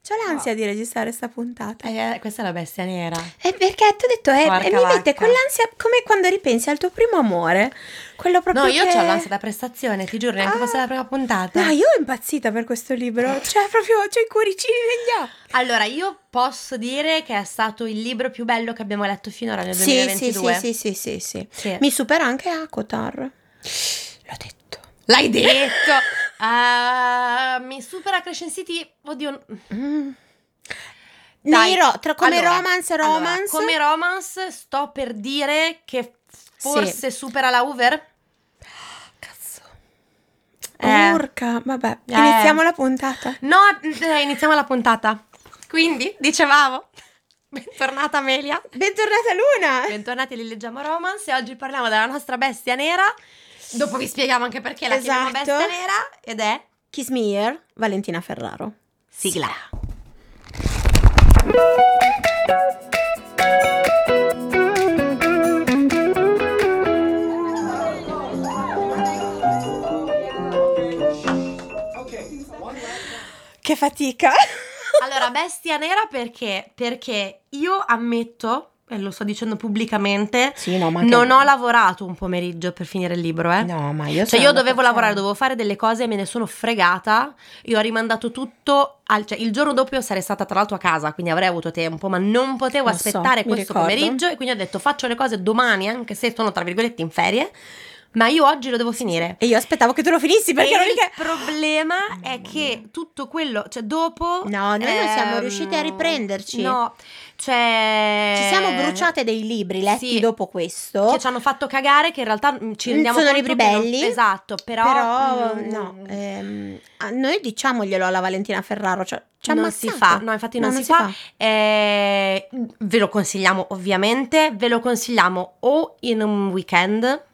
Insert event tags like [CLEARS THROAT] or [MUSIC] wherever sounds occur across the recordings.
C'ho l'ansia di registrare sta puntata. Eh, questa è la bestia nera. E perché ti ho detto, eh, Porca e mi mette vacca. quell'ansia come quando ripensi al tuo primo amore. Quello proprio No, io che... ho l'ansia da prestazione, ti giuro, neanche Ah. fosse la prima puntata. Eh. No, io ho impazzita per questo libro. Cioè, proprio, c'ho i cuoricini negli occhi. Allora, io posso dire che è stato il libro più bello che abbiamo letto finora nel Eh. 2022. sì, sì, sì, sì. Sì. Mi supera anche Akotar. L'ho detto. L'hai detto! Ah, mi supera Crescent City, oddio... Mm. Dai, Nei ro- tra- come allora, romance, allora, romance. come romance sto per dire che forse supera la Hoover. Eh? Cazzo. Eh. Urca, vabbè. Eh. Iniziamo la puntata. No, eh, iniziamo la puntata. Quindi, dicevamo, [LAUGHS] bentornata Amelia. Bentornata Luna. Bentornati li Leggiamo Romance e oggi parliamo della nostra bestia nera. Dopo vi spieghiamo anche perché la chiamiamo Esatto. bestia nera ed è Kiss Me Here, Valentina Ferraro. sigla. Che fatica. Allora, bestia nera perché? Perché io ammetto, e lo sto dicendo pubblicamente, Sì, no, ma non ho lavorato un pomeriggio per finire il libro, eh. [LAUGHS] No, ma io Cioè, io dovevo lavorare, dovevo fare delle cose e me ne sono fregata. Io ho rimandato tutto. Al, cioè, il giorno dopo io sarei stata tra l'altro a casa, quindi avrei avuto tempo, ma non potevo Lo so, aspettare mi questo ricordo. pomeriggio. E quindi ho detto faccio le cose domani, anche se sono tra virgolette in ferie. Ma io oggi lo devo finire. E io aspettavo che tu lo finissi perché E ero lì il che... problema è Mamma che tutto quello, cioè dopo. No, noi non siamo ehm, riusciti a riprenderci. No, cioè. Ci siamo bruciate dei libri letti Sì. dopo questo. Che ci hanno fatto cagare, che in realtà mm, ci Mm, rendiamo sono conto libri che non- belli, esatto, però. Però mm, no, ehm, a- noi diciamoglielo alla Valentina Ferraro, cioè ci ha non si ammazzato. fa, no, infatti non, No, si, fa. Eh, ve lo consigliamo ovviamente, ve lo consigliamo o in un [LAUGHS] weekend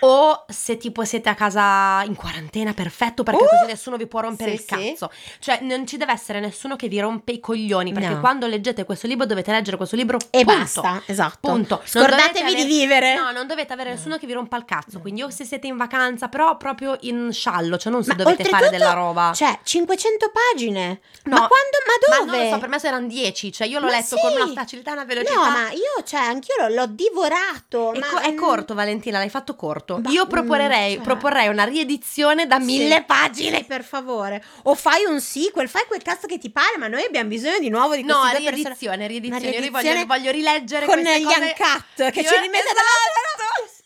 o se tipo siete a casa in quarantena, perfetto, perché Uh! così nessuno vi può rompere Sì, il sì. cazzo. Cioè non ci deve essere nessuno che vi rompe i coglioni, perché No. quando leggete questo libro dovete leggere questo libro E punto. basta, esatto. Punto. Non Scordatevi dovete di vivere. No, non dovete avere No. nessuno che vi rompa il cazzo, No. quindi o se siete in vacanza, però proprio in sciallo, cioè non se Ma dovete fare oltretutto della roba. Cioè, 500 pagine. No, ma quando? Ma dove? Ma non lo so, per me erano 10, cioè io l'ho Ma letto sì. con una facilità e una velocità. No, ma io, cioè, anch'io l'ho, l'ho divorato. è, ma, co- è mm, corto, Valentina, l'hai fatto corto. Ba- io mm, proporrei, cioè- proporrei una riedizione da mille sì. pagine. per favore. O fai un sequel, fai quel cazzo che ti pare, ma noi abbiamo bisogno di nuovo di No, questi due persone- riedizione, riedizione. Una Io li riedizione voglio, voglio rileggere con queste gli cose. uncut che Io- ci rimette [LAUGHS] esatto. dalla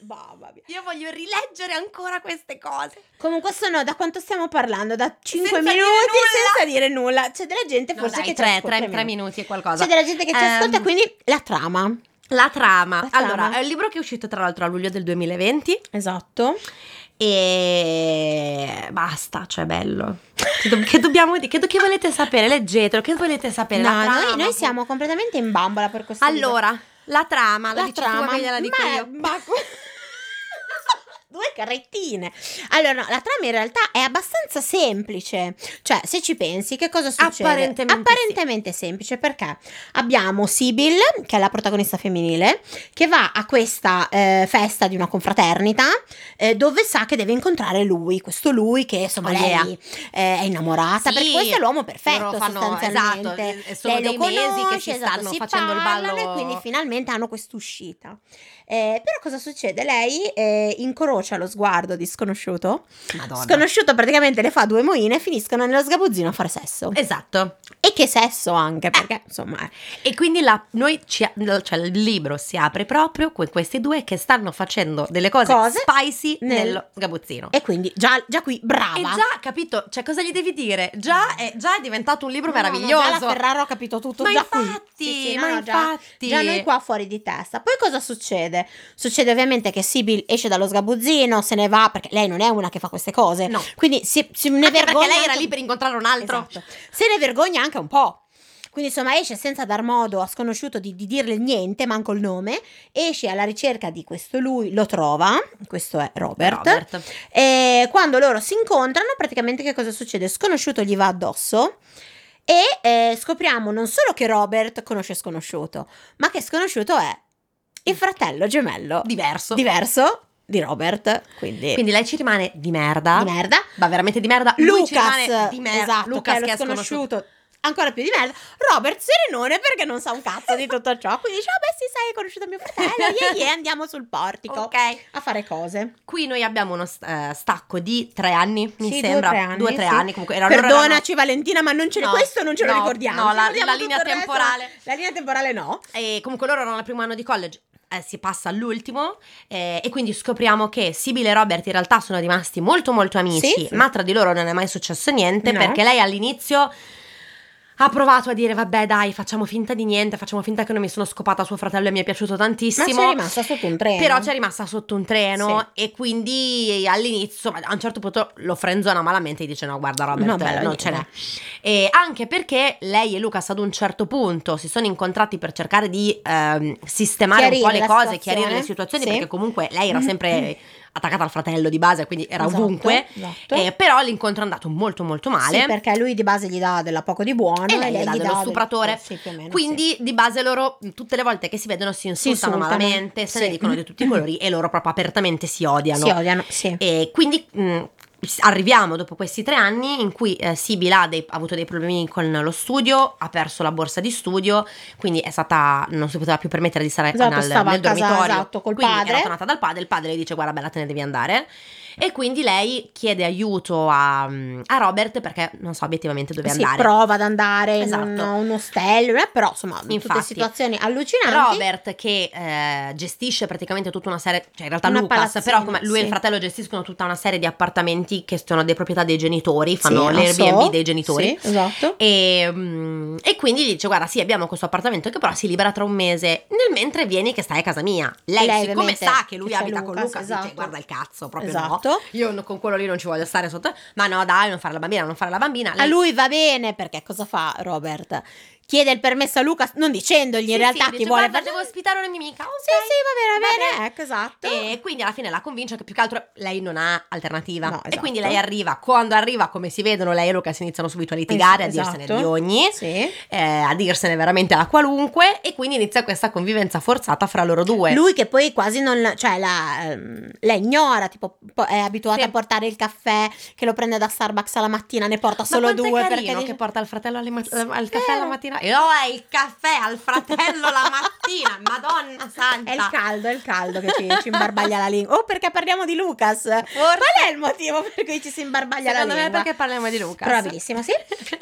Mamma mia. Io voglio rileggere ancora queste cose. Comunque sono da quanto stiamo parlando? Da 5 Senza dire minuti nulla. senza dire nulla. C'è della gente No, forse dai, che ci tre, ascolta, tre, meno. tre minuti e C'è qualcosa. della gente che ci Ehm, ascolta, quindi la trama. La trama. La trama. Allora, è un libro che è uscito tra l'altro a luglio del 2020 Esatto. e basta, cioè bello. Che, do- che dobbiamo dire? Che, do- che volete sapere? Leggetelo, che volete sapere? No, La trama, noi, noi siamo completamente in bambola per questo libro. Allora, la trama, la, la dici tu, trama. Amelia, la dico ma- io. [LAUGHS] ma- Due carrettine. Allora, no, la trama in realtà è abbastanza semplice. Cioè, se ci pensi, che cosa succede? Apparentemente Apparentemente semplice perché abbiamo Sibyl, che è la protagonista femminile, che va a questa eh, festa di una confraternita eh, dove sa che deve incontrare lui, questo lui che insomma Oh, yeah. lei eh, è innamorata, Sì, perché questo è l'uomo perfetto Loro fanno, esatto, sostanzialmente. e sono Lei Eh, lo dei mesi che conosce, ci esatto, stanno si facendo il parlano ballo. e quindi finalmente hanno quest'uscita. Eh, però cosa succede? Lei eh, incrocia lo sguardo di sconosciuto. Madonna. Sconosciuto praticamente le fa due moine e finiscono nello sgabuzzino a fare sesso. Esatto. E che sesso anche, perché insomma... eh. E quindi la- noi ci- cioè, il libro si apre proprio con questi due che stanno facendo delle cose, Cose spicy nel- nello gabuzzino. E quindi già, già qui, brava. E già, capito, cioè cosa gli devi dire? Già è, già è diventato un libro Mm. No, no, meraviglioso. già la Ferraro ha capito tutto ma già qui. infatti, Sì, sì, no, ma no, già- infatti. Già noi qua fuori di testa. Poi cosa succede? Succede ovviamente che Sibyl esce dallo sgabuzzino, se ne va, perché lei non è una che fa queste cose. No. Quindi si, si ne Anche vergogna. perché lei era anche- lì per incontrare un altro. Esatto. Se ne vergogna anche un po'. Quindi insomma esce senza dar modo a sconosciuto di, di dirle niente, manco il nome, esce alla ricerca di questo lui, lo trova, questo è Robert. E quando loro si incontrano, praticamente che cosa succede? Sconosciuto gli va addosso e eh, scopriamo non solo che Robert conosce Sconosciuto, ma che Sconosciuto è il fratello gemello Diverso. diverso di Robert, quindi, Quindi lei ci rimane di merda. di merda. Ma veramente di merda. Lui ci rimane Lucas, di merda. esatto, Lucas che è lo sconosciuto, ancora più di merda. Robert Serenone perché non sa un cazzo di tutto ciò. Quindi dice, vabbè sì, sai, hai conosciuto mio fratello, yeah, [LAUGHS] yeah, andiamo sul portico Ok. a fare cose. Qui noi abbiamo uno eh, stacco di tre anni, mi Sì, due o sembra. tre anni, Due o tre sì. anni, comunque. Era- allora erano- Perdonaci Valentina, ma non ce No, questo non ce lo no, ricordiamo. no, Ci la- ricordiamo la linea tutto il resto, temporale. La linea temporale no. E comunque loro erano al primo anno di college. eh, si passa all'ultimo eh, e quindi scopriamo che Sibile e Robert in realtà sono rimasti molto molto amici, Sì, sì. ma tra di loro non è mai successo niente No. perché lei all'inizio ha provato a dire vabbè dai facciamo finta di niente, facciamo finta che non mi sono scopata suo fratello e mi è piaciuto Ma tantissimo. c'è rimasta sotto un treno. Però c'è rimasta sotto un treno e quindi all'inizio, a un certo punto lo frenzona malamente e dice no guarda Robert, No, eh. bello, non ce n'è. niente. E anche perché lei e Lucas ad un certo punto si sono incontrati per cercare di ehm, sistemare Chiarire un po' le la cose, situazione. chiarire le situazioni Sì. Mm-hmm. perché comunque lei era sempre attaccata al fratello di base, quindi era Esatto, ovunque. esatto. Eh, però l'incontro è andato molto molto male. Sì, perché lui di base gli dà della poco di buono E lei gli dà gli dello del- stupratore. eh, sì, più o meno, sì. Quindi di base loro tutte le volte che si vedono si insultano, insultano, malamente, se sì. Mm-hmm. ne dicono di tutti i colori e loro proprio apertamente si odiano. si odiano, sì. E quindi mh, arriviamo dopo questi tre anni in cui eh, Sibyl ha, dei- ha avuto dei problemi con lo studio, ha perso la borsa di studio, quindi è stata, non si poteva più permettere di stare Esatto, nel, stava nel a casa, dormitorio. esatto, col quindi padre. era tornata dal padre, il padre le dice guarda bella te ne devi andare. E quindi lei chiede aiuto a, mm, a Robert perché non so obiettivamente dove Eh Sì, andare. prova ad andare Esatto. in un, un ostello, eh, però insomma, tutte Infatti. situazioni allucinanti. Robert che eh, gestisce praticamente tutta una serie, cioè in realtà Una Lucas, palazzina, però come lui e il sì. fratello gestiscono tutta una serie di appartamenti che sono di proprietà dei genitori, Sì, fanno non l'Airbnb so. dei genitori. Sì, esatto. E, mm, e quindi gli dice: Guarda, sì, abbiamo questo appartamento che però si libera tra un mese. Nel mentre vieni che stai a casa mia. Lei, Lei, siccome ovviamente, sa che lui che c'è abita con Lucas, Luca, esatto. dice: Guarda il cazzo, proprio esatto. no. Io no- con quello lì non ci voglio stare sotto. Ma no, dai, non fare la bambina, non fare la bambina. A Lei- lui va bene perché cosa fa Robert? Chiede il permesso a Luca, non dicendogli Sì, in realtà sì, chi dice, vuole "Guarda, devo fare- ospitare "Oh, una mia amica. Sì, ok." sì, va bene, Va va bene. Ecco, esatto. E quindi alla fine la convince che più che altro lei non ha alternativa. No, E esatto. quindi lei arriva, quando arriva, come si vedono, lei e Luca si iniziano subito a litigare, Esatto. a dirsene di ogni, Sì. eh, a dirsene veramente la qualunque. E quindi inizia questa convivenza forzata fra loro due. Lui che poi quasi non, cioè la, ehm, la ignora, tipo po- è abituata Sì. a portare il caffè che lo prende da Starbucks alla mattina, ne porta solo Ma quanto è due carino perché dice- che porta il fratello alle ma- Sì, al caffè vero. la mattina. E oh, è il caffè al fratello la [LAUGHS] mattina, madonna santa. È il caldo, è il caldo che ci, ci imbarbaglia la lingua. Oh, perché parliamo di Lucas? Qual è il motivo per cui ci si imbarbaglia Secondo la me lingua? perché parliamo di Luca. Probabilissimo, sì.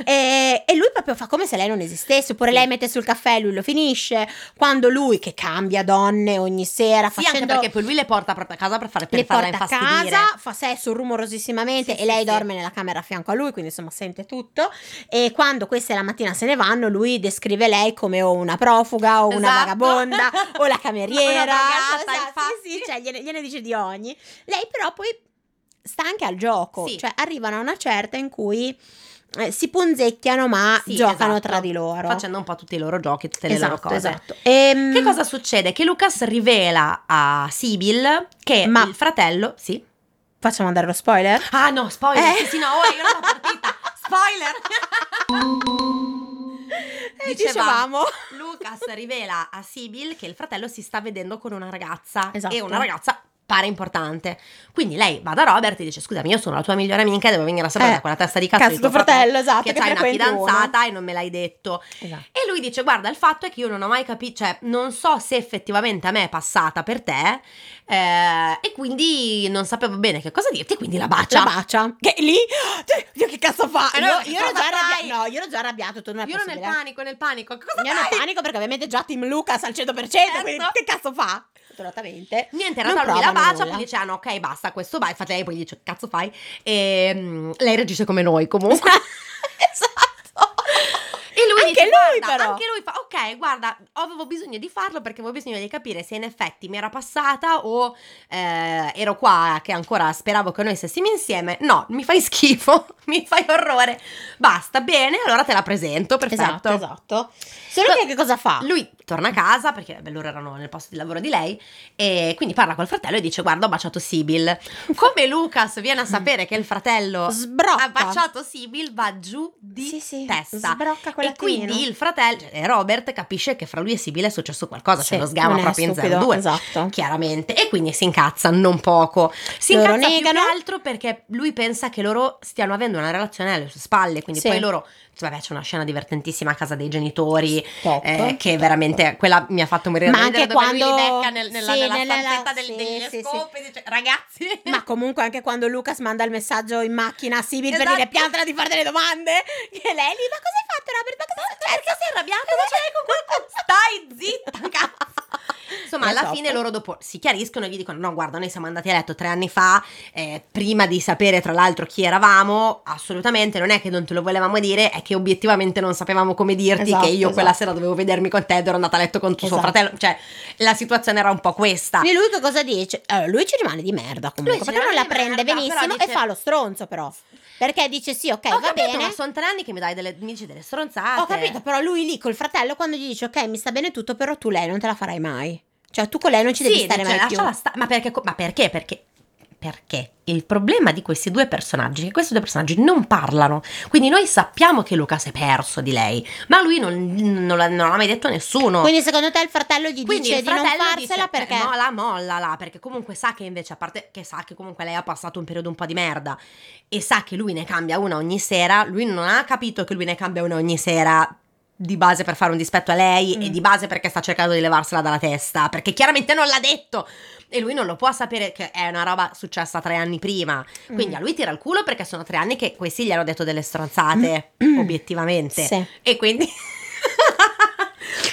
E, e lui proprio fa come se lei non esistesse, oppure Sì. lei mette sul caffè, lui lo finisce. Quando lui che cambia donne ogni sera, [LAUGHS] Sì, anche facendo perché poi lui le porta proprio a casa per, fare, per le farla porta a infastidire. casa, fa sesso rumorosissimamente Sì, e sì, lei sì. dorme nella camera a fianco a lui, quindi insomma sente tutto. E quando queste la mattina se ne vanno, lui descrive lei come o una profuga o una Esatto. vagabonda o la [LAUGHS] cameriera. [LAUGHS] Una drogata, Esatto, sì, sì, infatti. cioè gliene, gliene dice di ogni. Lei però poi sta anche al gioco, Sì. cioè arrivano a una certa in cui eh, si punzecchiano ma Sì, giocano esatto. tra di loro. Facendo un po' tutti i loro giochi, tutte le loro esatto, cose. esatto. Ehm, Che cosa succede? Che Lucas rivela a Sibyl che Ma- il fratello. Sì. Facciamo andare lo spoiler? [LAUGHS] Ah no, spoiler! Eh. Sì, sì, no, ora [LAUGHS] io non ho partita! Spoiler! Eh, Diceva- dicevamo. Lucas rivela a Sibyl che il fratello si sta vedendo con una ragazza. Esatto. E una ragazza pare importante. Quindi lei va da Robert e dice: Scusami, io sono la tua migliore amica, devo venire a sapere Eh, da quella testa di cazzo, cazzo di tuo tuo fratello, esatto, Che che c'hai una frequenti uno. fidanzata e non me l'hai detto. Esatto. E lui dice: Guarda, il fatto è che io non ho mai capito, cioè, non so se effettivamente a me è passata per te, eh, e quindi non sapevo bene che cosa dirti, quindi la bacia. la bacia che lì io che cazzo fa Eh, no, io, che io ero cosa già fai? arrabbiato no io ero già arrabbiato tu non è io ero nel possibile panico, nel panico. Che Cosa io ero fai? nel panico perché ovviamente già Team Lucas al 100% quindi Certo. che cazzo fa [LAUGHS] assolutamente Niente, in Non realtà lui la provano bacia, nulla. poi dice: Ah, no, ok, basta, questo vai. Infatti, lei poi gli dice: Che cazzo fai? E mm, lei reagisce come noi, comunque. esatto E lui Anche dice, lui, "Guarda", però. Anche lui fa, ok, guarda, avevo bisogno di farlo perché avevo bisogno di capire se in effetti mi era passata o eh, ero qua che ancora speravo che noi stessimo insieme. No, mi fai [LAUGHS] schifo, mi fai orrore. Basta, bene, allora te la presento, perfetto. esatto esatto solo che che cosa fa Lui torna a casa perché beh, loro erano nel posto di lavoro di lei e quindi parla col fratello e dice guarda ho baciato Sibyl. Come Lucas viene a Mm. sapere che il fratello sbrocca ha baciato Sibyl va giù di sì, sì, testa sbrocca quella e quindi il fratello, cioè, Robert, Robert capisce che fra lui e Sibilla è successo qualcosa, Sì, c'è lo sgama non è proprio stupido, in 02. Esatto. Chiaramente, e quindi si incazza non poco. Si Loro incazza più che negano. altro perché lui pensa che loro stiano avendo una relazione alle sue spalle. Quindi Sì. poi loro. cioè, Vabbè, c'è una scena divertentissima a casa dei genitori. Top. eh, che veramente quella mi ha fatto morire Ma da ridere anche dove lui quando- li becca nel- nella, sì, nella nella- stanzetta del- sì, degli sì, sì. scopi, dice, ragazzi Ma comunque anche quando Lucas manda il messaggio in macchina a Sibyl per Esatto. dire piantala di fare delle domande, [LAUGHS] e lei lì, ma cosa hai fatto Robert? Ma cosa perché sei arrabbiato? Ma ce l'hai con qualcuno? [LAUGHS] Stai [LAUGHS] zitta, cazzo. Insomma, È alla top. fine loro dopo si chiariscono e gli dicono: No, guarda, noi siamo andati a letto tre anni fa, eh, prima di sapere tra l'altro chi eravamo. Assolutamente, non è che non te lo volevamo dire, è che obiettivamente non sapevamo come dirti Esatto, che io quella esatto. sera dovevo vedermi con te ed ero andata a letto con tuo suo Esatto. fratello. Cioè, la situazione era un po' questa. E lui che cosa dice? Allora, lui ci rimane di merda comunque, Lui ci perché non rimane la di prende merda, benissimo però dice- e fa lo stronzo però. Perché dice sì, ok, Ho va capito, bene. ma sono tre anni che mi dai delle, mi dici delle stronzate. Ho capito, però lui lì col fratello quando gli dice ok, mi sta bene tutto, però tu lei non te la farai mai. Cioè, tu con lei non ci devi Sì, stare cioè, mai più. lasciala sta- ma, perché, co- ma perché? Perché? Perché il problema di questi due personaggi è che questi due personaggi non parlano. Quindi noi sappiamo che Luca si è perso di lei, ma lui non, non l'ha, non l'ha mai detto a nessuno. Quindi secondo te il fratello gli Quindi dice il di non fratello farsela dice, "Eh, perché No, la molla là, perché comunque sa che invece, a parte che sa che comunque lei ha passato un periodo un po' di merda e sa che lui ne cambia una ogni sera, lui non ha capito che lui ne cambia una ogni sera di base per fare un dispetto a lei Mm. e di base perché sta cercando di levarsela dalla testa, perché chiaramente non l'ha detto e lui non lo può sapere che è una roba successa tre anni prima. Mm, Quindi a lui tira il culo perché sono tre anni che questi gli hanno detto [CLEARS THROAT] delle stronzate, Mm. obiettivamente. Sì. E quindi. [LAUGHS]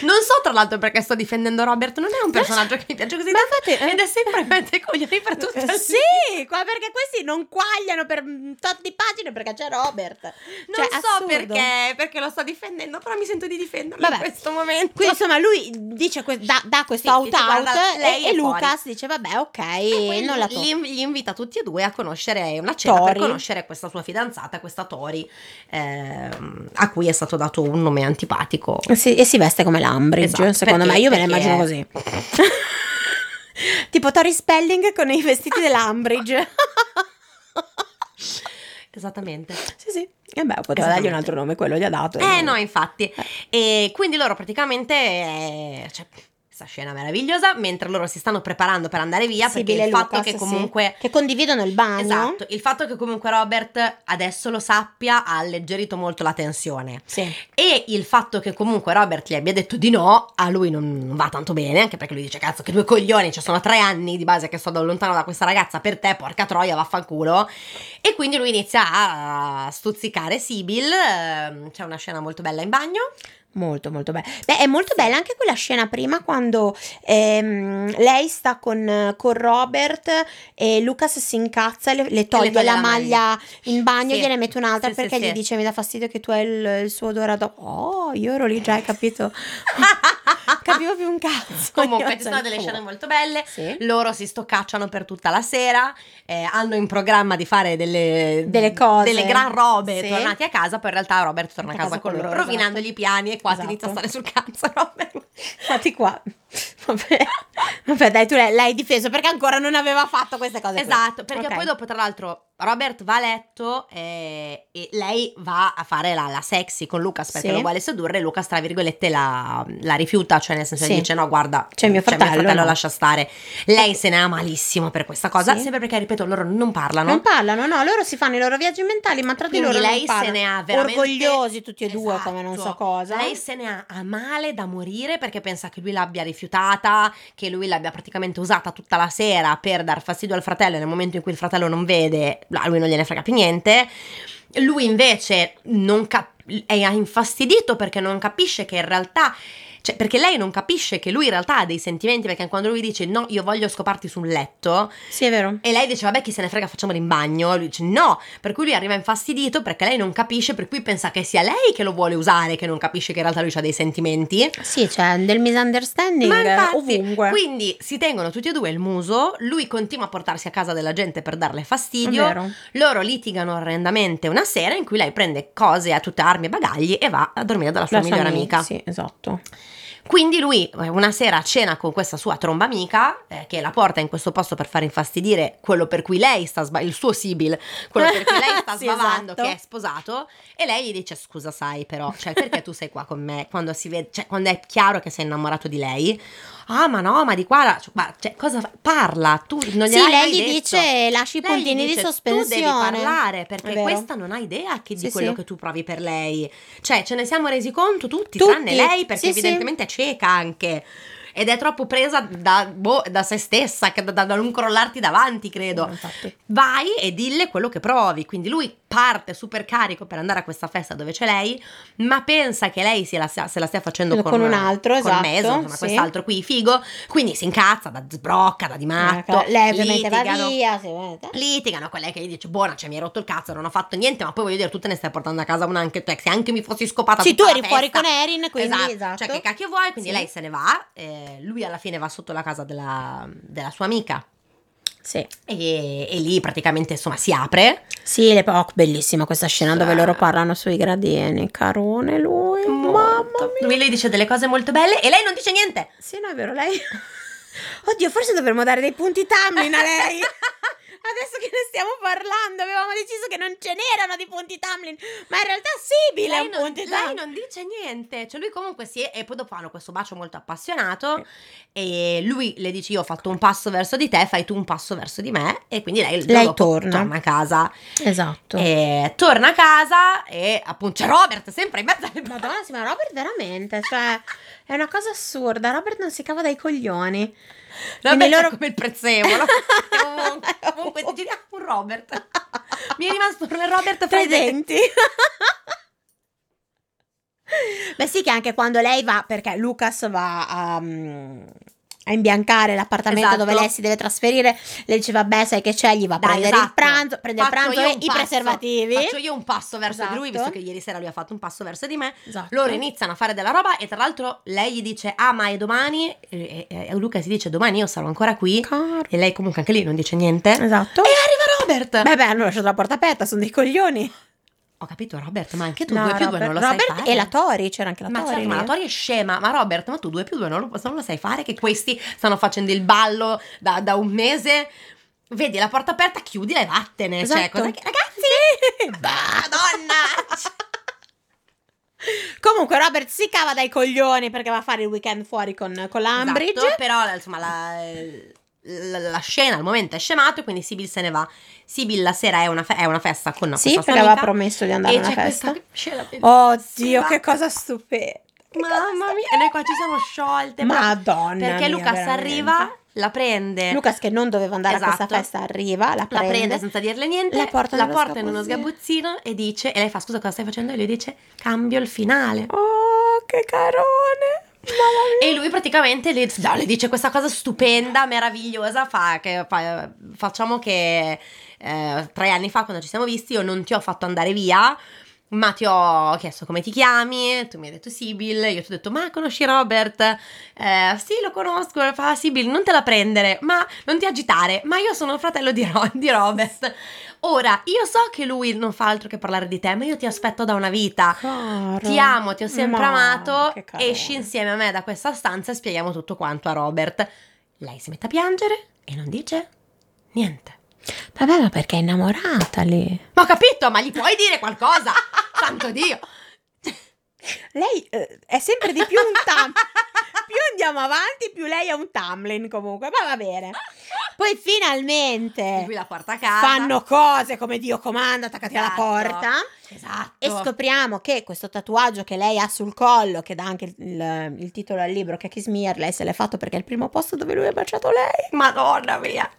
non so tra l'altro perché sto difendendo Robert, non è un personaggio che mi piace così Ma tanto. infatti- eh. Ed è sempre in mezzo ai coglioni per tutto il Sì, qua perché questi non quagliano per un tot di pagine perché c'è Robert. Non Cioè, so assurdo. perché, perché lo sto difendendo, però mi sento di difenderlo Vabbè. in questo momento. [LAUGHS] Quindi, insomma, lui dice que- dà, dà questo Sì, out dice, out "Guarda, e, lei è e fuori." Eh, Lucas dice vabbè ok, E poi non la tocco. li, li invita tutti e due a conoscere una cena per Tori. conoscere questa sua fidanzata, questa Tori, ehm, a cui è stato dato un nome antipatico. Sì, e si veste come l'Ambridge, Esatto, secondo perché- me, io me la perché- immagino così. [LAUGHS] tipo Tori Spelling con i vestiti [LAUGHS] dell'Ambridge. Esattamente. sì, sì. E beh, poteva Esattamente. dargli un altro nome, quello gli ha dato. Eh no, infatti. E quindi loro praticamente... eh, cioè, questa scena meravigliosa, mentre loro si stanno preparando per andare via, Sibilla perché e il fatto Lucas, che sì. Ah, comunque... Che condividono il bagno. Esatto, il fatto che comunque Robert adesso lo sappia ha alleggerito molto la tensione. Sì. E il fatto che comunque Robert gli abbia detto di no, a lui non non va tanto bene, anche perché lui dice cazzo che due coglioni, cioè sono tre anni di base che sto da lontano da questa ragazza, per te porca troia, vaffanculo. E quindi lui inizia a stuzzicare Sibyl, ehm, c'è una scena molto bella in bagno. Molto, molto bella. Beh, è molto bella anche quella scena prima quando ehm, lei sta con, con Robert e Lucas si incazza, le, le toglie toglie la la maglia in bagno e Sì. gliene mette un'altra Sì, sì, perché sì. gli dice mi dà fastidio che tu hai il, il suo odore addosso. Oh, io ero lì già, hai [LAUGHS] capito? Capivo più un cazzo. Comunque Io ci sono sono delle il scene culo. molto belle, Sì. loro si stoccacciano per tutta la sera, eh, hanno in programma di fare delle, Delle cose. delle gran robe, Sì. tornati a casa, poi in realtà Robert torna a Torna casa, con loro, rovinandogli i esatto. piani e qua Esatto. ti inizia a stare sul cazzo [LAUGHS] Robert. Infatti qua. Vabbè. Vabbè, dai, tu l'hai, l'hai difeso perché ancora non aveva fatto queste cose. qui. Esatto, perché Ok. poi dopo tra l'altro Robert va a letto eh, e, lei va a fare la, la sexy con Lucas perché Sì. lo vuole sedurre e Lucas tra virgolette la, la rifiuta, cioè nel senso Sì. gli dice no guarda C'è cioè, mio fratello, no." lascia stare. Lei se ne ha malissimo per questa cosa, Sì. sempre perché ripeto loro non parlano. Non parlano, no, loro si fanno i loro viaggi mentali, ma tra di Quindi loro non lei se parlano. ne ha veramente orgogliosi tutti e due, come non so Esatto. cosa. Lei se ne ha a male da morire perché pensa che lui l'abbia rifiutata, che lui l'abbia praticamente usata tutta la sera per dar fastidio al fratello e nel momento in cui il fratello non vede, a lui non gliene frega più niente. Lui invece non cap- è infastidito perché non capisce che in realtà cioè, perché lei non capisce che lui in realtà ha dei sentimenti, perché quando lui dice no, io voglio scoparti sul letto, Sì, è vero. e lei dice, vabbè, chi se ne frega, facciamolo in bagno. Lui dice, no. Per cui lui arriva infastidito perché lei non capisce, per cui pensa che sia lei che lo vuole usare, che non capisce che in realtà lui ha dei sentimenti. Sì, c'è del misunderstanding Ma infatti, ovunque. Quindi si tengono tutti e due il muso, lui continua a portarsi a casa della gente per darle È fastidio, vero. loro litigano orrendamente una sera in cui lei prende cose a tutte armi e bagagli e va a dormire dalla sua La sua migliore amica. Sì, esatto. Quindi lui eh, una sera a cena con questa sua tromba amica, eh, che la porta in questo posto per far infastidire quello per cui lei sta sbavando, il suo Sibyl, quello per [LAUGHS] cui lei sta Sì, sbavando, esatto. che è sposato, e lei gli dice scusa sai però, cioè perché tu sei qua con me quando si vede, cioè quando è chiaro che sei innamorato di lei? Ah ma no, ma di qua, la- cioè, ma- cioè, cosa fa- parla, tu non sì, gliel'hai lei mai gli detto. dice lasci i Lei gli puntini di dice, sospensione. Tu devi parlare perché È vero. questa non ha idea che di Sì, quello sì. che tu provi per lei. Cioè, ce ne siamo resi conto tutti, Tutti. tranne lei, perché Sì, sì. evidentemente è cieca anche. Ed è troppo presa da, boh, da se stessa, che da, da- da non crollarti davanti, credo. Infatti. Vai e dille quello che provi. Quindi lui parte super carico per andare a questa festa dove c'è lei, ma pensa che lei se la, stia- se la stia facendo con, Con un altro, con esatto, Mason, insomma, sì. quest'altro qui figo. Quindi si incazza, da sbrocca, da di matto. Ecco, lei ovviamente va litigano via. sì, ovviamente. litigano quella che gli dice buona cioè mi hai rotto il cazzo non ho fatto niente ma poi voglio dire tu te ne stai portando a casa una anche te se anche mi fossi scopata Sì, tu tutta la eri fuori festa". con Erin, quindi esatto. esatto. cioè che cacchio vuoi quindi Sì. lei se ne va eh, lui alla fine va sotto la casa della, della sua amica Sì. e, e lì praticamente insomma si apre Sì, le- oh, bellissima questa scena Sì. dove loro parlano sui gradini. Carone lui, mamma Molto. mia. lui lei dice delle cose molto belle e lei non dice niente Sì, no, è vero, lei... [LAUGHS] Oddio, forse dovremmo dare dei punti Tamlin a [LAUGHS] lei. Adesso che ne stiamo parlando, avevamo deciso che non ce n'erano di punti Tamlin, ma in realtà Sibyl è lei un non, punti lei Tamlin. non dice niente. Cioè, lui comunque si è. E poi dopo hanno questo bacio molto appassionato. E lui le dice: Io ho fatto un passo verso di te, fai tu un passo verso di me. E quindi lei, il giorno Lei dopo torna. a casa. Esatto. E torna a casa e appunto c'è Robert sempre in mezzo alle Madonna, sì, ma Robert veramente, cioè, è una cosa assurda. Robert non si cava dai coglioni. Robert Quindi è loro- come [LAUGHS] il prezzemolo. Comunque- Comunque ti giriamo un Robert. Mi è rimasto un Robert Tra fra i i denti. denti. [LAUGHS] Beh sì che anche quando lei va, perché Lucas va a, mm, a imbiancare l'appartamento Esatto. dove lei si deve trasferire, lei dice vabbè sai che c'è, gli va a Dai, prendere il esatto. pranzo, prende il Faccio pranzo io e un i passo. preservativi. Faccio io un passo verso di lui, Esatto. visto che ieri sera lui ha fatto un passo verso di me. Esatto. Loro iniziano a fare della roba e tra l'altro lei gli dice ah ma è domani e, e- e Luca si dice domani io sarò ancora qui Caro. e lei comunque anche lì non dice niente e Esatto. arriva Robert Beh beh, hanno lasciato la porta aperta, sono dei coglioni. ho capito Robert ma anche tu No, 2 più 2 Robert- non lo sai Robert fare e la Tori, c'era anche la ma, Tori. certo, lì. ma la Tori è scema ma Robert ma tu 2 più 2 non lo, non lo sai fare che questi stanno facendo il ballo da, da un mese vedi la porta aperta chiudila e vattene cioè Esatto. cosa che- ragazzi Madonna! Comunque Robert si cava dai coglioni perché va a fare il weekend fuori con, con la Umbridge. Esatto, però insomma la, la- la scena al momento è scemata e quindi Sibyl se ne va. Sibyl la sera è una, fe- è una festa con Sì, questa sua perché aveva amica promesso di andare e a una c'è festa. questa scena Oddio, bellissima. che cosa stupenda. Che cosa Mamma mia, e noi qua ci siamo sciolte. stupenda. ma Madonna. perché mia, Lucas veramente. arriva, la prende, Lucas che non doveva andare a questa Esatto. festa arriva, la la prende. prende senza dirle niente, La porta nello in sgabuzzino. uno sgabuzzino e dice, e lei fa scusa cosa stai facendo? E lui dice cambio il finale. Oh, che carone. Mamma mia. E lui praticamente le, no, le dice questa cosa stupenda, meravigliosa, fa che- fa- facciamo che eh, tre anni fa quando ci siamo visti io non ti ho fatto andare via, ma ti ho chiesto come ti chiami, tu mi hai detto Sibyl, io ti ho detto ma conosci Robert? Eh, sì lo conosco, fa Sibyl non te la prendere, ma non ti agitare, ma io sono il fratello di, Ro- di Robert. Ora, io so che lui non fa altro che parlare di te, ma io ti aspetto da una vita. Caro. Ti amo, ti ho sempre Ma, amato. che carone. Esci insieme a me da questa stanza e spieghiamo tutto quanto a Robert. Lei si mette a piangere e non dice niente. Vabbè, ma perché è innamorata lì? Ma ho capito, ma gli puoi [LAUGHS] dire qualcosa? Santo Dio! Lei eh, è sempre di più un [LAUGHS] tam. [LAUGHS] più andiamo avanti, più lei è un Tamlin comunque, ma va bene. Poi Di finalmente cui la porta a casa. Eh, fanno cose come Dio comanda, attaccati alla Esatto. porta Esatto. e scopriamo che questo tatuaggio che lei ha sul collo, che dà anche il, il- il titolo al libro, che Kiss Me Her, lei se l'è fatto perché è il primo posto dove lui ha baciato lei. Madonna mia!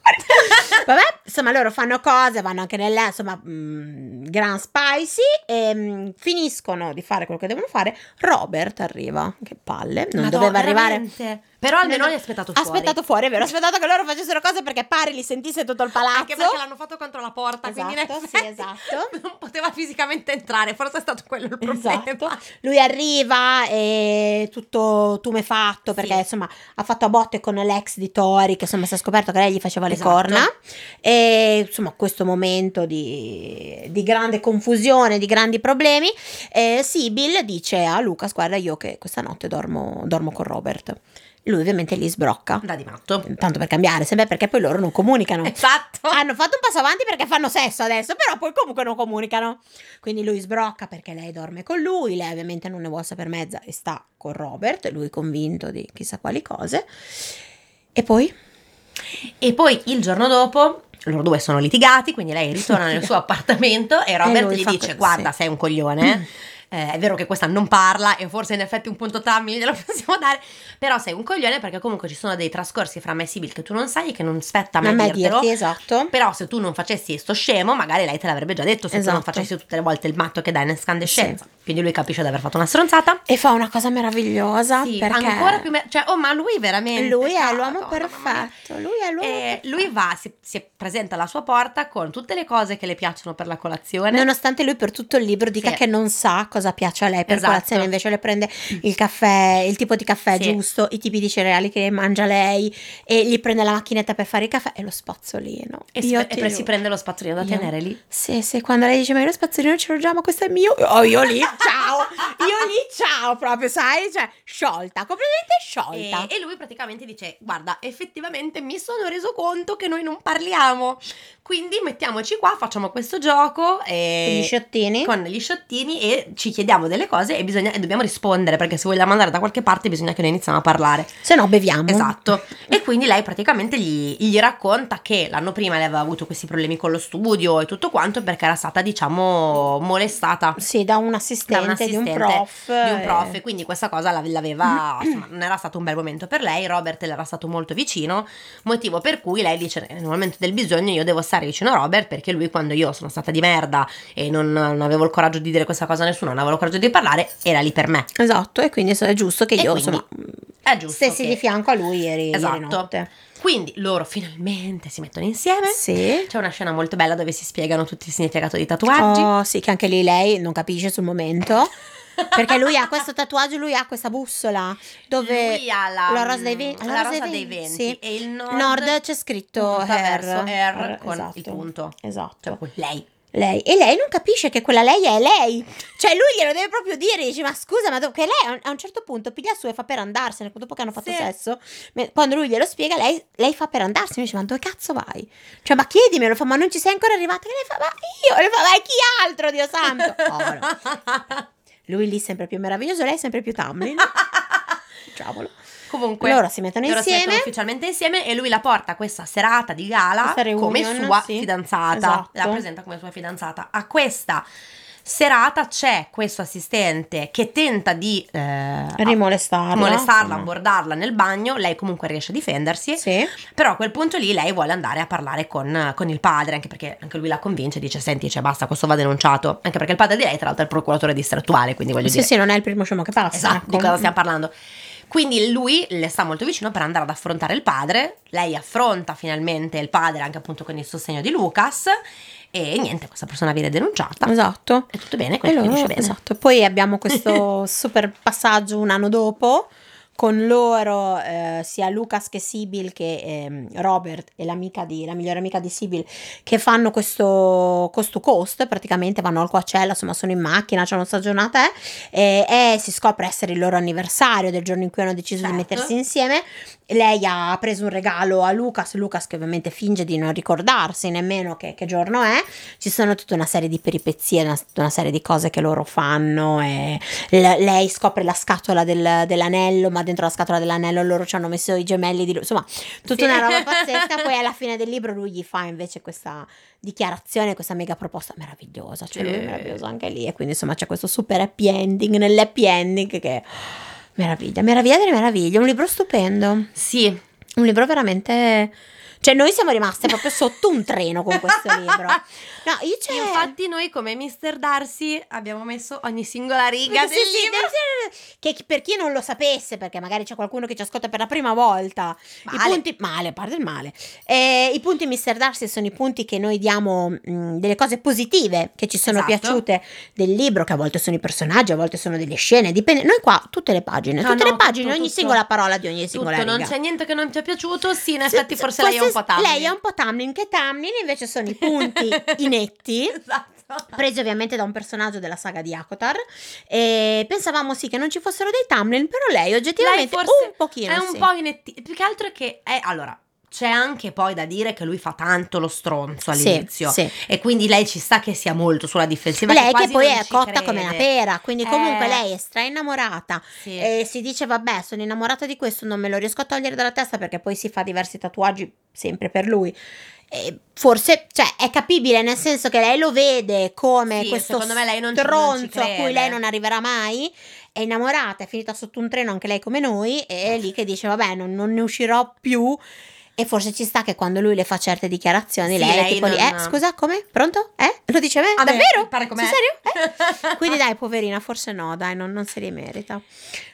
Vabbè, insomma, loro fanno cose, vanno anche nella, insomma, mh, Grand Spicy e mh, finiscono di fare quello che devono fare. Robert arriva, che palle, non Madonna, doveva arrivare. veramente. Però almeno Non- l'hai aspettato Ha fuori. aspettato fuori, è vero, ha aspettato che loro facessero cose perché pare li sentisse tutto il palazzo. Anche perché l'hanno fatto contro la porta, quindi in Esatto, sì, effetti esatto. [LAUGHS] Non poteva fisicamente veramente entrare, forse è stato quello il problema. Esatto. Lui arriva e tutto tumefatto perché Sì. insomma ha fatto a botte con l'ex di Tori che insomma si è scoperto che lei gli faceva le Esatto. corna e insomma questo momento di, di grande confusione, di grandi problemi, eh, Sibyl dice a Lucas guarda io che questa notte dormo, dormo con Robert. Lui ovviamente gli sbrocca, Da di matto. tanto per cambiare, sempre perché poi loro non [LAUGHS] comunicano. Esatto. Hanno fatto un passo avanti perché fanno sesso adesso, però poi comunque non comunicano. Quindi lui sbrocca perché lei dorme con lui, lei ovviamente non ne vuole saper mezza e sta con Robert, lui convinto di chissà quali cose. E poi? E poi il giorno dopo loro due sono litigati, quindi lei ritorna nel [LAUGHS] suo appartamento e Robert Eh, lui gli fa dice que- guarda sì. sei un coglione. [CLEARS THROAT] Eh, è vero che questa non parla e forse in effetti un punto Tammy glielo [LAUGHS] possiamo dare, però sei un coglione perché comunque ci sono dei trascorsi fra me e Sibyl che tu non sai e che non spetta a me non mai dirtelo. dirti, esatto. Però se tu non facessi sto scemo, magari lei te l'avrebbe già detto se tu non Esatto. facessi tutte le volte il matto che dà in escandescenza. Quindi lui capisce di aver fatto una stronzata. E fa una cosa meravigliosa Sì, perché ancora più... me- cioè, oh ma lui veramente... lui è cara, l'uomo Madonna, mamma mia. Eh, perfetto, lui è l'uomo E perfetto. lui va, si, si presenta alla sua porta con tutte le cose che le piacciono per la colazione. Nonostante lui per tutto il libro dica Sì. che non sa cosa piace a lei per Esatto. colazione, invece le prende il caffè, il tipo di caffè Sì. giusto, i tipi di cereali che mangia lei e gli prende la macchinetta per fare il caffè e lo spazzolino. e si, Io e ti pre- giuro. si prende lo spazzolino da Io- tenere lì. Sì, sì, quando lei dice ma io lo spazzolino ce l'ho già, ma questo è mio. Oh, io [LAUGHS] lì, ciao, io lì, ciao, proprio, sai, cioè, sciolta, completamente E, sciolta. e lui praticamente dice: Guarda, effettivamente mi sono reso conto che noi non parliamo. Quindi mettiamoci qua, facciamo questo gioco. Gli E... sciottini. Con gli sciottini e ci chiediamo delle cose e, bisogna, e dobbiamo rispondere perché se vogliamo andare da qualche parte bisogna che noi iniziamo a parlare. Se no beviamo. Esatto. E quindi lei praticamente gli, gli racconta che l'anno prima lei aveva avuto questi problemi con lo studio e tutto quanto perché era stata, diciamo, molestata Sì, da un assistente, di assistente, un prof. di un prof. eh. E quindi questa cosa la- l'aveva, insomma, non era stato un bel momento per lei. Robert le era stato molto vicino, motivo per cui lei dice: Nel momento del bisogno io devo stare vicino a Robert perché lui, quando io sono stata di merda e non, non avevo il coraggio di dire questa cosa a nessuno, non avevo il coraggio di parlare, era lì per me. Esatto, e quindi è giusto che E io, quindi insomma, È giusto. stessi che- di fianco a lui ieri, ieri Esatto. notte. Quindi loro finalmente si mettono insieme. Sì. C'è una scena molto bella dove si spiegano tutti il significato dei tatuaggi. Oh, sì, che anche lì lei non capisce sul momento. Perché lui ha questo tatuaggio, lui ha questa bussola dove [LAUGHS] Lui ha la, la rosa dei venti- la rosa dei venti, sì. e il nord, Cioè, nord c'è scritto punta verso R, R con esatto. il punto. Cioè, Esatto. con [LAUGHS] lei. Lei. E lei non capisce che quella lei è lei. Cioè lui glielo deve proprio dire, dice ma scusa, ma do- che lei a un, a un certo punto piglia su e fa per andarsene, dopo che hanno fatto Sì. sesso, me- quando lui glielo spiega lei, lei fa per andarsene, dice ma dove cazzo vai? Cioè ma chiedimelo, fa ma non ci sei ancora arrivata, che lei fa ma io, e lui fa ma chi altro, Dio [LAUGHS] santo. Povero. Lui lì sempre più meraviglioso, lei sempre più [LAUGHS] Tamlin. Diciamolo. [LAUGHS] Comunque, Loro si mettono loro si insieme. mettono ufficialmente insieme e lui la porta a questa serata di gala Questa reunion, come sua sì. fidanzata. Esatto. La presenta come sua fidanzata. A questa serata c'è questo assistente che tenta di eh, Ah. Rimolestarla. molestarla, Insomma. abbordarla nel bagno. Lei comunque riesce a difendersi. Sì. Però a quel punto lì lei vuole andare a parlare con, con il padre, anche perché anche lui la convince, dice senti, cioè basta, questo va denunciato, anche perché il padre di lei tra l'altro è il procuratore distrettuale, quindi voglio Sì, dire, sì, non è il primo scemo che passa. esatto, ecco. di cosa stiamo parlando. Quindi lui le sta molto vicino per andare ad affrontare il padre, lei affronta finalmente il padre anche appunto con il sostegno di Lucas e niente, questa persona viene denunciata, Esatto. è tutto bene, E quindi loro- finisce bene. esatto. Poi abbiamo questo [LAUGHS] super passaggio un anno dopo con loro eh, sia Lucas che Sibyl che ehm, Robert e l'amica di, la migliore amica di Sibyl che fanno questo cost to cost praticamente vanno al Coachella insomma sono in macchina c'è una stagionata eh, e, e si scopre essere il loro anniversario del giorno in cui hanno deciso Certo. di mettersi insieme lei ha preso un regalo a Lucas Lucas che ovviamente finge di non ricordarsi nemmeno che- che giorno è ci sono tutta una serie di peripezie, una, tutta una serie di cose che loro fanno. E l- lei scopre la scatola del- dell'anello, ma dentro la scatola dell'anello loro ci hanno messo i gemelli di lui. Insomma, tutta Sì. una [LAUGHS] roba pazzesca. Poi alla fine del libro lui gli fa invece questa dichiarazione, questa mega proposta meravigliosa. Cioè, lui Sì. è meraviglioso anche lì. E quindi, insomma, c'è questo super happy ending nell'happy ending che. Meraviglia, meraviglia delle meraviglie, un libro stupendo, Sì, un libro veramente... Cioè, noi siamo rimaste proprio sotto un treno con questo [LAUGHS] libro. [LAUGHS] No, io c'è. Infatti noi come Mr. Darcy abbiamo messo ogni singola riga Perché del sì, sì, libro. sì, Che chi- per chi non lo sapesse, perché magari c'è qualcuno che ci ascolta per la prima volta, Male. i punti male, a parte il male. Eh, I punti Mr. Darcy sono i punti che noi diamo mh, delle cose positive che ci sono Esatto. piaciute del libro, che a volte sono i personaggi, a volte sono delle scene, dipende. Noi qua tutte le pagine, No, tutte no, le pagine, tutto, ogni tutto. singola parola di ogni singola Tutto, non riga. c'è niente che non ti è piaciuto. Sì, in Sì, effetti sì, forse lei è un questa- po' tanto. Lei è un po' Tamlin, che Tamlin invece sono i [LAUGHS] punti i netti Esatto. presi ovviamente da un personaggio della saga di Akotar e pensavamo sì che non ci fossero dei thumbnail però lei oggettivamente Lei forse un pochino È un sì. po' inetti. Più che altro è che è allora. C'è anche poi da dire che lui fa tanto lo stronzo Sì, all'inizio. sì. E quindi lei ci sta che sia molto sulla difensiva. lei che quasi poi non è ci cotta crede. come la pera quindi comunque Eh. lei è stra innamorata Sì. e si dice vabbè sono innamorata di questo non me lo riesco a togliere dalla testa perché poi si fa diversi tatuaggi sempre per lui E forse cioè, è capibile nel senso che lei lo vede come Sì, questo secondo me lei non ci- non ci stronzo a crede. cui lei non arriverà mai è innamorata è finita sotto un treno anche lei come noi e è lì che dice vabbè non, non ne uscirò più e forse ci sta che quando lui le fa certe dichiarazioni Sì, lei, è lei tipo lì non- eh scusa come pronto eh lo dice a me A me, davvero mi pare com'è. sul serio eh? [LAUGHS] Quindi dai, poverina, forse no, dai, non, non se li merita.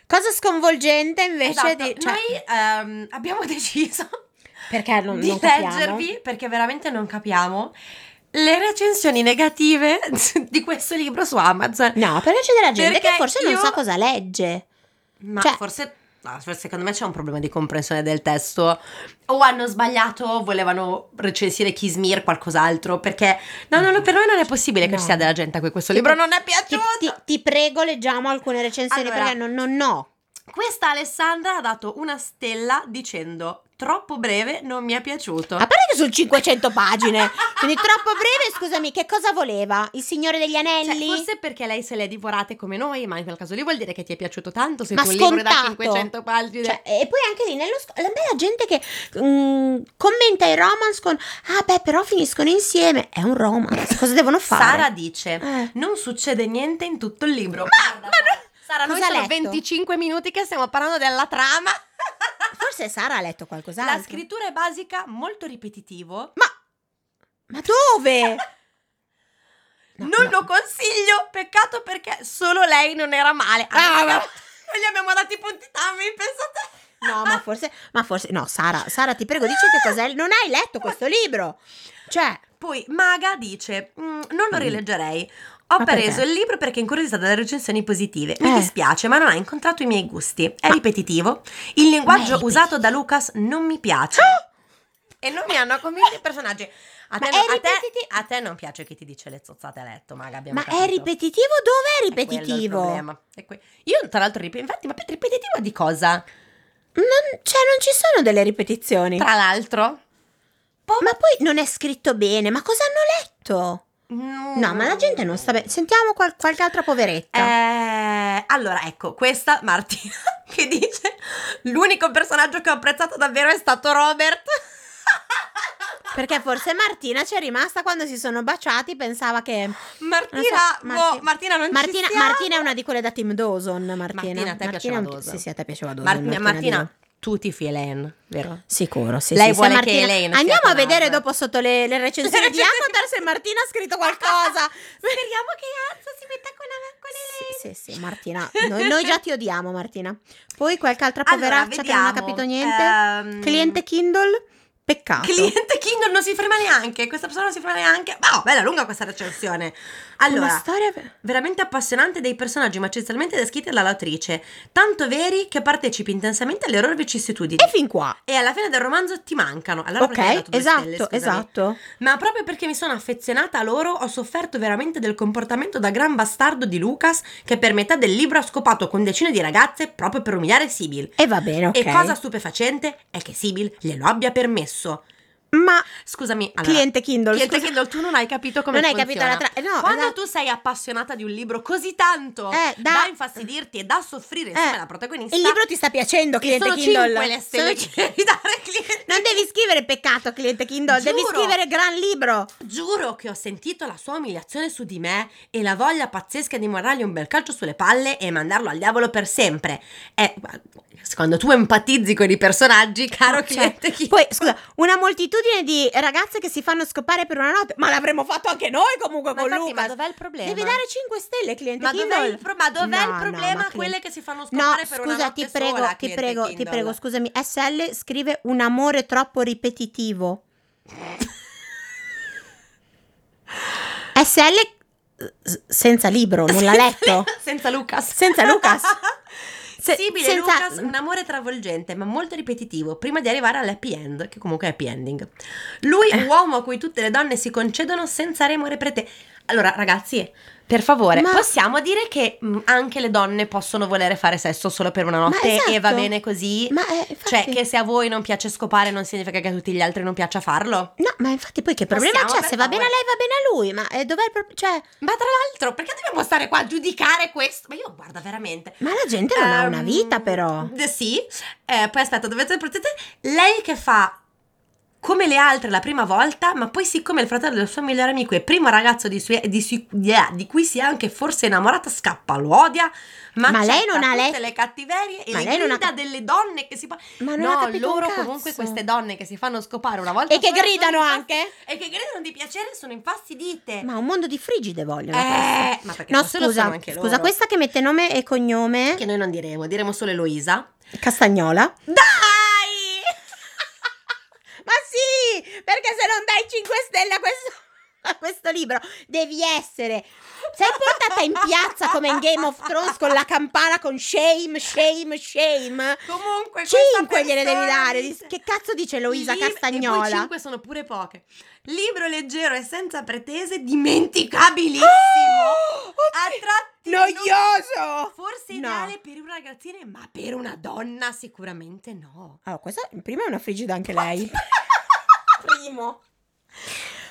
Cosa sconvolgente invece Esatto. di... cioè, Noi ehm, abbiamo [LAUGHS] deciso perché non, di non capiamo? leggervi perché veramente non capiamo le recensioni negative [LAUGHS] di questo libro su Amazon. No, però c'è della gente Perché che forse io- non sa cosa legge. Ma Cioè- forse, no, forse secondo me c'è un problema di comprensione del testo. O hanno sbagliato, volevano recensire Kismir, qualcos'altro. Perché no, no, no, per noi non è possibile che No. ci sia della gente a cui questo libro non è Ti, piaciuto. ti- ti prego, leggiamo alcune recensioni Allora. perché non, non no. Questa Alessandra ha dato una stella dicendo troppo breve, non mi è piaciuto. A parte che sono 500 pagine, quindi troppo breve, scusami, che cosa voleva? Il Signore degli Cioè, Anelli? forse perché lei se le ha divorate come noi, ma in quel caso lì vuol dire che ti è piaciuto tanto se Ma tu un libro da scontato. 500 pagine. Cioè, e poi anche lì nello sc- la bella gente che mm, commenta i romance con ah beh però finiscono insieme è un romance cosa devono fare Sara dice: Eh. Non succede niente in tutto il libro. Guarda, Sara, noi Cosa ha sono letto? 25 minuti che stiamo parlando della trama. Forse Sara ha letto qualcos'altro. La scrittura è basica, molto ripetitivo. Ma [LAUGHS] dove? No, non no. lo consiglio, peccato perché solo lei non era male. Ah, Allora, ma- Noi [LAUGHS] gli abbiamo dato i punti tammi, pensate. No, ma forse, ma forse, no, Sara, Sara, ti prego, dici che cos'è. Non hai letto questo libro. Cioè, Poi Maga dice: "Mm, Non lo Mm. rileggerei. Ho Ma preso perché? il libro perché è incuriosita dalle recensioni positive. Mi Eh. dispiace, ma non ha incontrato i miei gusti. È Ma- ripetitivo. Il linguaggio ripetitivo. usato da Lucas non mi [GASPS] piace. [GASPS] e non mi hanno convinto i personaggi. A Ma te, è non- a te- ripetiti- a te non piace chi ti dice le zozzate a letto, Maga. Abbiamo ma capito. è ripetitivo? Dove è È quello il ripetitivo? Non, problema. È que- Io, tra l'altro, ripet- infatti, ma ripetitivo di cosa? cioè, non ci sono delle ripetizioni. Tra l'altro, Ma poi non è scritto bene. Ma cosa hanno letto? no, No, ma la gente non sta bene. Sentiamo qual- qualche altra poveretta. Eh, allora, ecco, questa Martina [LAUGHS] che dice l'unico personaggio che ho apprezzato davvero è stato Robert. [LAUGHS] Perché forse Martina c'è rimasta quando si sono baciati. Pensava che. Martina, Non so, Marti- boh, Martina non Martina, ci siamo. Martina è una di quelle da Team Dawson. Martina, Martina, a te piaceva è un- Dawson. Sì, sì, a te piaceva Dawson. Mar- cioè, Martina. Martina, tu ti fai Elaine, vero? Sicuro, sì. Lei sì, se vuole che Martina- Elena sia Andiamo a con vedere Asa. dopo sotto le, le recensioni Le [LAUGHS] di recensioni. Avatar se Martina ha scritto qualcosa. [LAUGHS] Speriamo che Azza si metta con la con Elaine. Sì, sì, sì, Martina. [LAUGHS] Noi, noi già ti odiamo, Martina. Poi qualche altra Allora, poveraccia che non ha vediamo, capito niente. ehm, Cliente Kindle, peccato. Cliente Kindle non si ferma neanche, questa persona non si ferma neanche. Ma oh, bella lunga questa recensione. Allora, Una storia... per- veramente appassionante dei personaggi magistralmente descritti dall'autrice, tanto veri che partecipi intensamente alle loro vicissitudini. E fin qua. E alla fine del romanzo ti mancano. Allora perché ok, hai dato due esatto, stelle, scusami? esatto. Ma proprio perché mi sono affezionata a loro, ho sofferto veramente del comportamento da gran bastardo di Lucas, che per metà del libro ha scopato con decine di ragazze proprio per umiliare Sibyl. E va bene, ok. E cosa stupefacente è che Sibyl glielo abbia permesso. Ma Scusami, allora, cliente Kindle, Cliente scusa. Kindle, tu non hai capito come Non hai funziona. capito la tra- no, Quando esatto. tu sei appassionata di un libro così tanto Eh, da- Eh, da, infastidirti e da soffrire insieme alla protagonista, Il libro ti sta piacendo, che cliente sono Kindle. cinque le stelle Sono che devi dare al cliente. Non devi scrivere peccato, cliente Kindle, devi Giuro. scrivere gran libro. Giuro che ho sentito la sua umiliazione su di me e la voglia pazzesca di morargli un bel calcio sulle palle e mandarlo al diavolo per sempre. È, Quando Eh, tu empatizzi con i personaggi, caro No, cioè, cliente, chi- Poi, scusa, una moltitudine di ragazze che si fanno scopare per una notte. Ma l'avremmo fatto anche noi comunque Ma con infatti, Luca. ma dov'è il problema? Devi dare 5 stelle, cliente ma Kindle. dov'è il, pro- ma dov'è No, il no, problema? ma cliente- Quelle che si fanno No, scopare per una scusa, ti notte prego, sola, ti cliente prego, ti Kindle. prego, [LAUGHS] scusami. SL scrive un amore troppo ripetitivo. SL eh, s- senza libro, non l'ha letto. Senza Lucas. [LAUGHS] Senza Lucas. [LAUGHS] Se- Sibile senza- Lucas, un amore travolgente ma molto ripetitivo, prima di arrivare all'happy end, che comunque è happy ending. Lui, Eh. uomo a cui tutte le donne si concedono senza remore prete. Allora, ragazzi, per favore, Ma- possiamo dire che mh, anche le donne possono volere fare sesso solo per una notte esatto. e va bene così? Ma eh, infatti- Cioè, che se a voi non piace scopare non significa che a tutti gli altri non piaccia farlo? No, ma infatti poi che problema Passiamo, c'è? per Se va bene a favore. lei va bene a lui, ma eh, dov'è il problema? Cioè, Ma tra l'altro, perché dobbiamo stare qua a giudicare questo? Ma io guarda veramente. ma la gente non ha una Ehm, vita però. d- Sì. Eh, poi aspetta, dovete potete lei che fa come le altre la prima volta, ma poi siccome il fratello del suo migliore amico è il primo ragazzo di, sui- di sui- di- eh, di cui si è anche forse innamorata, scappa, lo odia, ma, Ma lei non ha accetta let- tutte le cattiverie e Ma le lei non ha- grida delle donne che si fa- Ma non ha No, capito un loro cazzo. comunque queste donne che si fanno scopare una volta E che sola sono gridano infas- anche? e che gridano di piacere sono infastidite. Ma un mondo di frigide vogliono. eh, ma perché No, forse lo sono scusa, anche scusa, loro. questa che mette nome e cognome che noi non diremo, diremo solo Eloisa. Castagnola. Dai! [LAUGHS] Ma sì, perché se non dai 5 stelle a questo, [LAUGHS] a questo libro devi essere. Sei portata in piazza come in Game of Thrones con la campana con shame, shame, shame. Comunque, 5 gliene devi dare. Dis- Che cazzo dice Eloisa Castagnola? 5 sono pure poche. Libro leggero e senza pretese, [GASPS] dimenticabilissimo. Oh, oh, a tratti noioso! Forse No. ideale per un ragazzino, ma per una donna sicuramente no. Allora, questa prima è una frigida anche lei. Primo.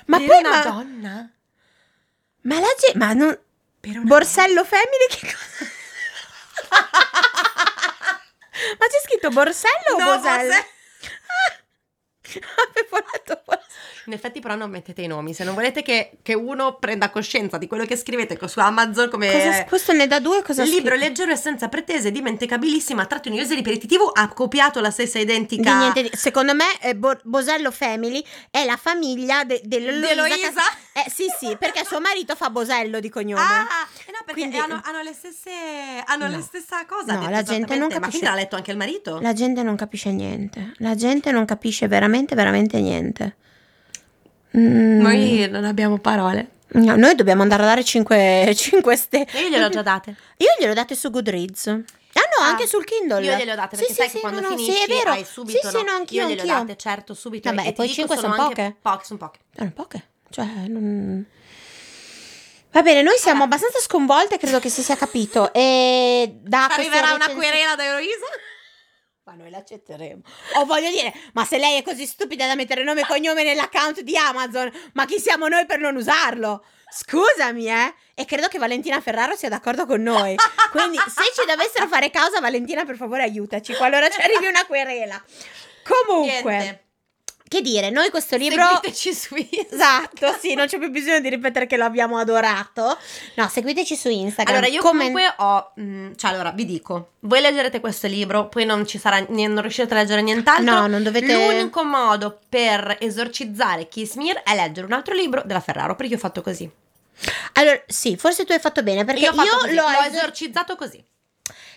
Ma per poi una ma, donna? ma la gente, ma non Per una Borsello Family che cosa? ma c'è scritto Borsello donna? o No, Bosello? forse- Ah, [LAUGHS] Avevo letto Borsello. In effetti, però, non mettete i nomi. Se non volete che, che uno prenda coscienza di quello che scrivete co- su Amazon come. Cosa- questo ne dà due cosa Eh, Il libro scritto? leggero e senza pretese, dimenticabilissima, tratti un user ripetitivo, ha copiato la stessa Di identica niente di- secondo me eh, Bo- Bosello Family è la famiglia de- dell'Eloisa di Eloisa. Cas- eh, sì sì perché suo marito fa Bosello di cognome Ah, eh no, perché Quindi- hanno, hanno le stesse hanno No. la stessa cosa. No, ha detto la gente non esattamente. Ma capisce- quindi l'ha letto anche il marito? La gente non capisce niente. La gente non capisce veramente, veramente niente. Mm, Noi non abbiamo parole. no, noi dobbiamo andare a dare [LAUGHS] 5, stelle. Io gliel'ho già date. Io glielo date su Goodreads. Ah no, Ah, anche sul Kindle. Io gliel'ho date perché Sì, sai sì, che sì, quando no, no, finisci sì, è vero. hai subito Sì, sì, no. no, anch'io, Io gliel'ho anch'io. date certo subito Vabbè, e e ti poi dico, cinque sono sono anche poche. poche, sono poche. Erano poche. Cioè, non... Va bene, noi siamo abbastanza sconvolte, credo che si sia capito. E da Ci queste Arriverà una recensioni- querela da Eloisa? Ma noi l'accetteremo. O voglio dire, ma se lei è così stupida da mettere nome e cognome nell'account di Amazon, ma chi siamo noi per non usarlo? Scusami, eh? E credo che Valentina Ferraro sia d'accordo con noi. Quindi, se ci [LAUGHS] dovessero fare causa, Valentina, per favore, aiutaci. Qualora ci arrivi una querela. Comunque, Niente. che dire, noi questo libro. Seguiteci [LAUGHS] su Instagram. Esatto, sì, non c'è più bisogno di ripetere che lo abbiamo adorato. No, seguiteci su Instagram. Allora, io Commen- comunque ho. mm, cioè, allora, vi dico: voi leggerete questo libro, poi non ci sarà. ni- non riuscirete a leggere nient'altro. No, non dovete. L'unico modo per esorcizzare Kiss Mir è leggere un altro libro della Ferraro, perché io ho fatto così. Allora, sì, forse tu hai fatto bene perché ho io, fatto così, l'ho l'ho esor- esorcizzato così.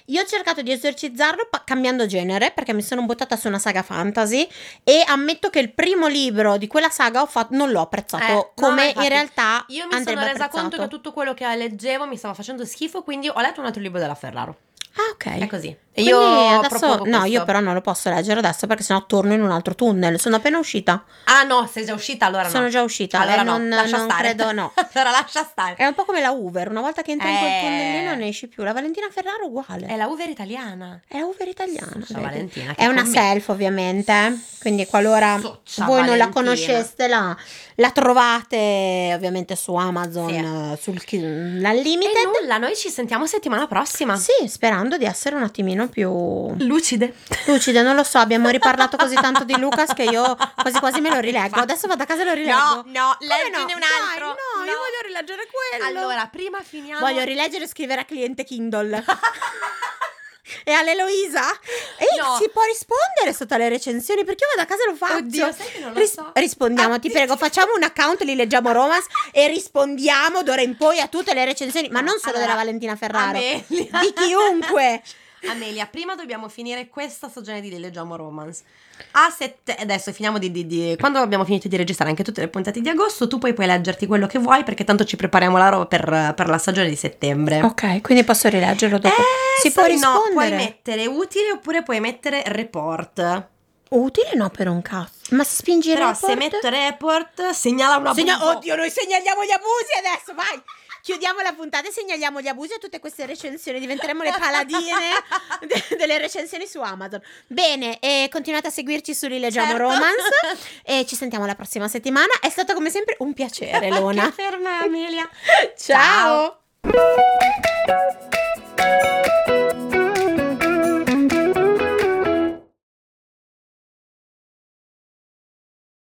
Io ho cercato di esorcizzarlo pa- cambiando genere perché mi sono buttata su una saga fantasy e ammetto che il primo libro di quella saga ho fatto- non l'ho apprezzato Eh, no, ma come infatti, in realtà Io mi andrebbe sono resa apprezzato. conto che tutto quello che leggevo mi stava facendo schifo, quindi ho letto un altro libro della Ferraro. Ah, ok. È così. E Quindi Ecco, io adesso, no, propongo io questo. però non lo posso leggere adesso perché sennò torno in un altro tunnel. Sono appena uscita. Ah, no, sei già uscita, allora Sono no. già uscita. Allora eh, no, non, lascia non stare. credo, no. [LAUGHS] allora lascia stare. È un po' come la Hoover. Una volta che entra in quel Eh. tunnellino non esci più. La Valentina Ferraro è uguale. È la Uber italiana. È la Hoover italiana. Soccia vedi? Valentina, che È una commenti. self ovviamente, quindi qualora Soccia voi non la Valentina. conosceste la, la trovate ovviamente su Amazon, Sì. eh, sul chi- E l'Unlimited. nulla, noi ci sentiamo settimana prossima. Sì, sperando di essere un attimino più Lucide. lucide, non lo so, abbiamo riparlato così tanto di Lucas che [LAUGHS] io quasi quasi me lo rileggo. Adesso vado a casa e lo rileggo. no, Come no? leggine un Dai, altro. no, io voglio rileggere quello. Allora, prima finiamo. [LAUGHS] Voglio rileggere e scrivere a cliente Kindle. e all'Eloisa? E No. si può rispondere sotto alle recensioni perché io vado a casa e lo faccio. Oddio, sai che non lo Ris- so. rispondiamo, Ah, ti sì. [LAUGHS] prego, facciamo un account, li leggiamo Romance e rispondiamo d'ora in poi a tutte le recensioni, ma non solo Allora, della Valentina Ferraro, Amelia. di chiunque. Amelia, prima dobbiamo finire questa stagione di Leggiamo Romance. A sette- adesso finiamo di, di- di- Quando abbiamo finito di registrare anche tutte le puntate di agosto, tu poi puoi leggerti quello che vuoi perché tanto ci prepariamo la roba per, per la stagione di [LAUGHS] settembre. Ok, quindi posso rileggerlo dopo. Eh, si può sai, no, puoi rispondere. mettere utile oppure puoi mettere report. Utile no per un cazzo. Ma si spinge il Però report? se metto report, segnala una Segna- bubo. Oddio, noi segnaliamo gli abusi adesso, vai! Chiudiamo la puntata e segnaliamo gli abusi a tutte queste recensioni, diventeremo le [LAUGHS] paladine de- delle recensioni su Amazon. Bene, e continuate a seguirci su Rileggiamo Certo. Romance [LAUGHS] e ci sentiamo la prossima settimana. È stato come sempre un [LAUGHS] piacere, Che Lona. ferma Amelia. Ciao.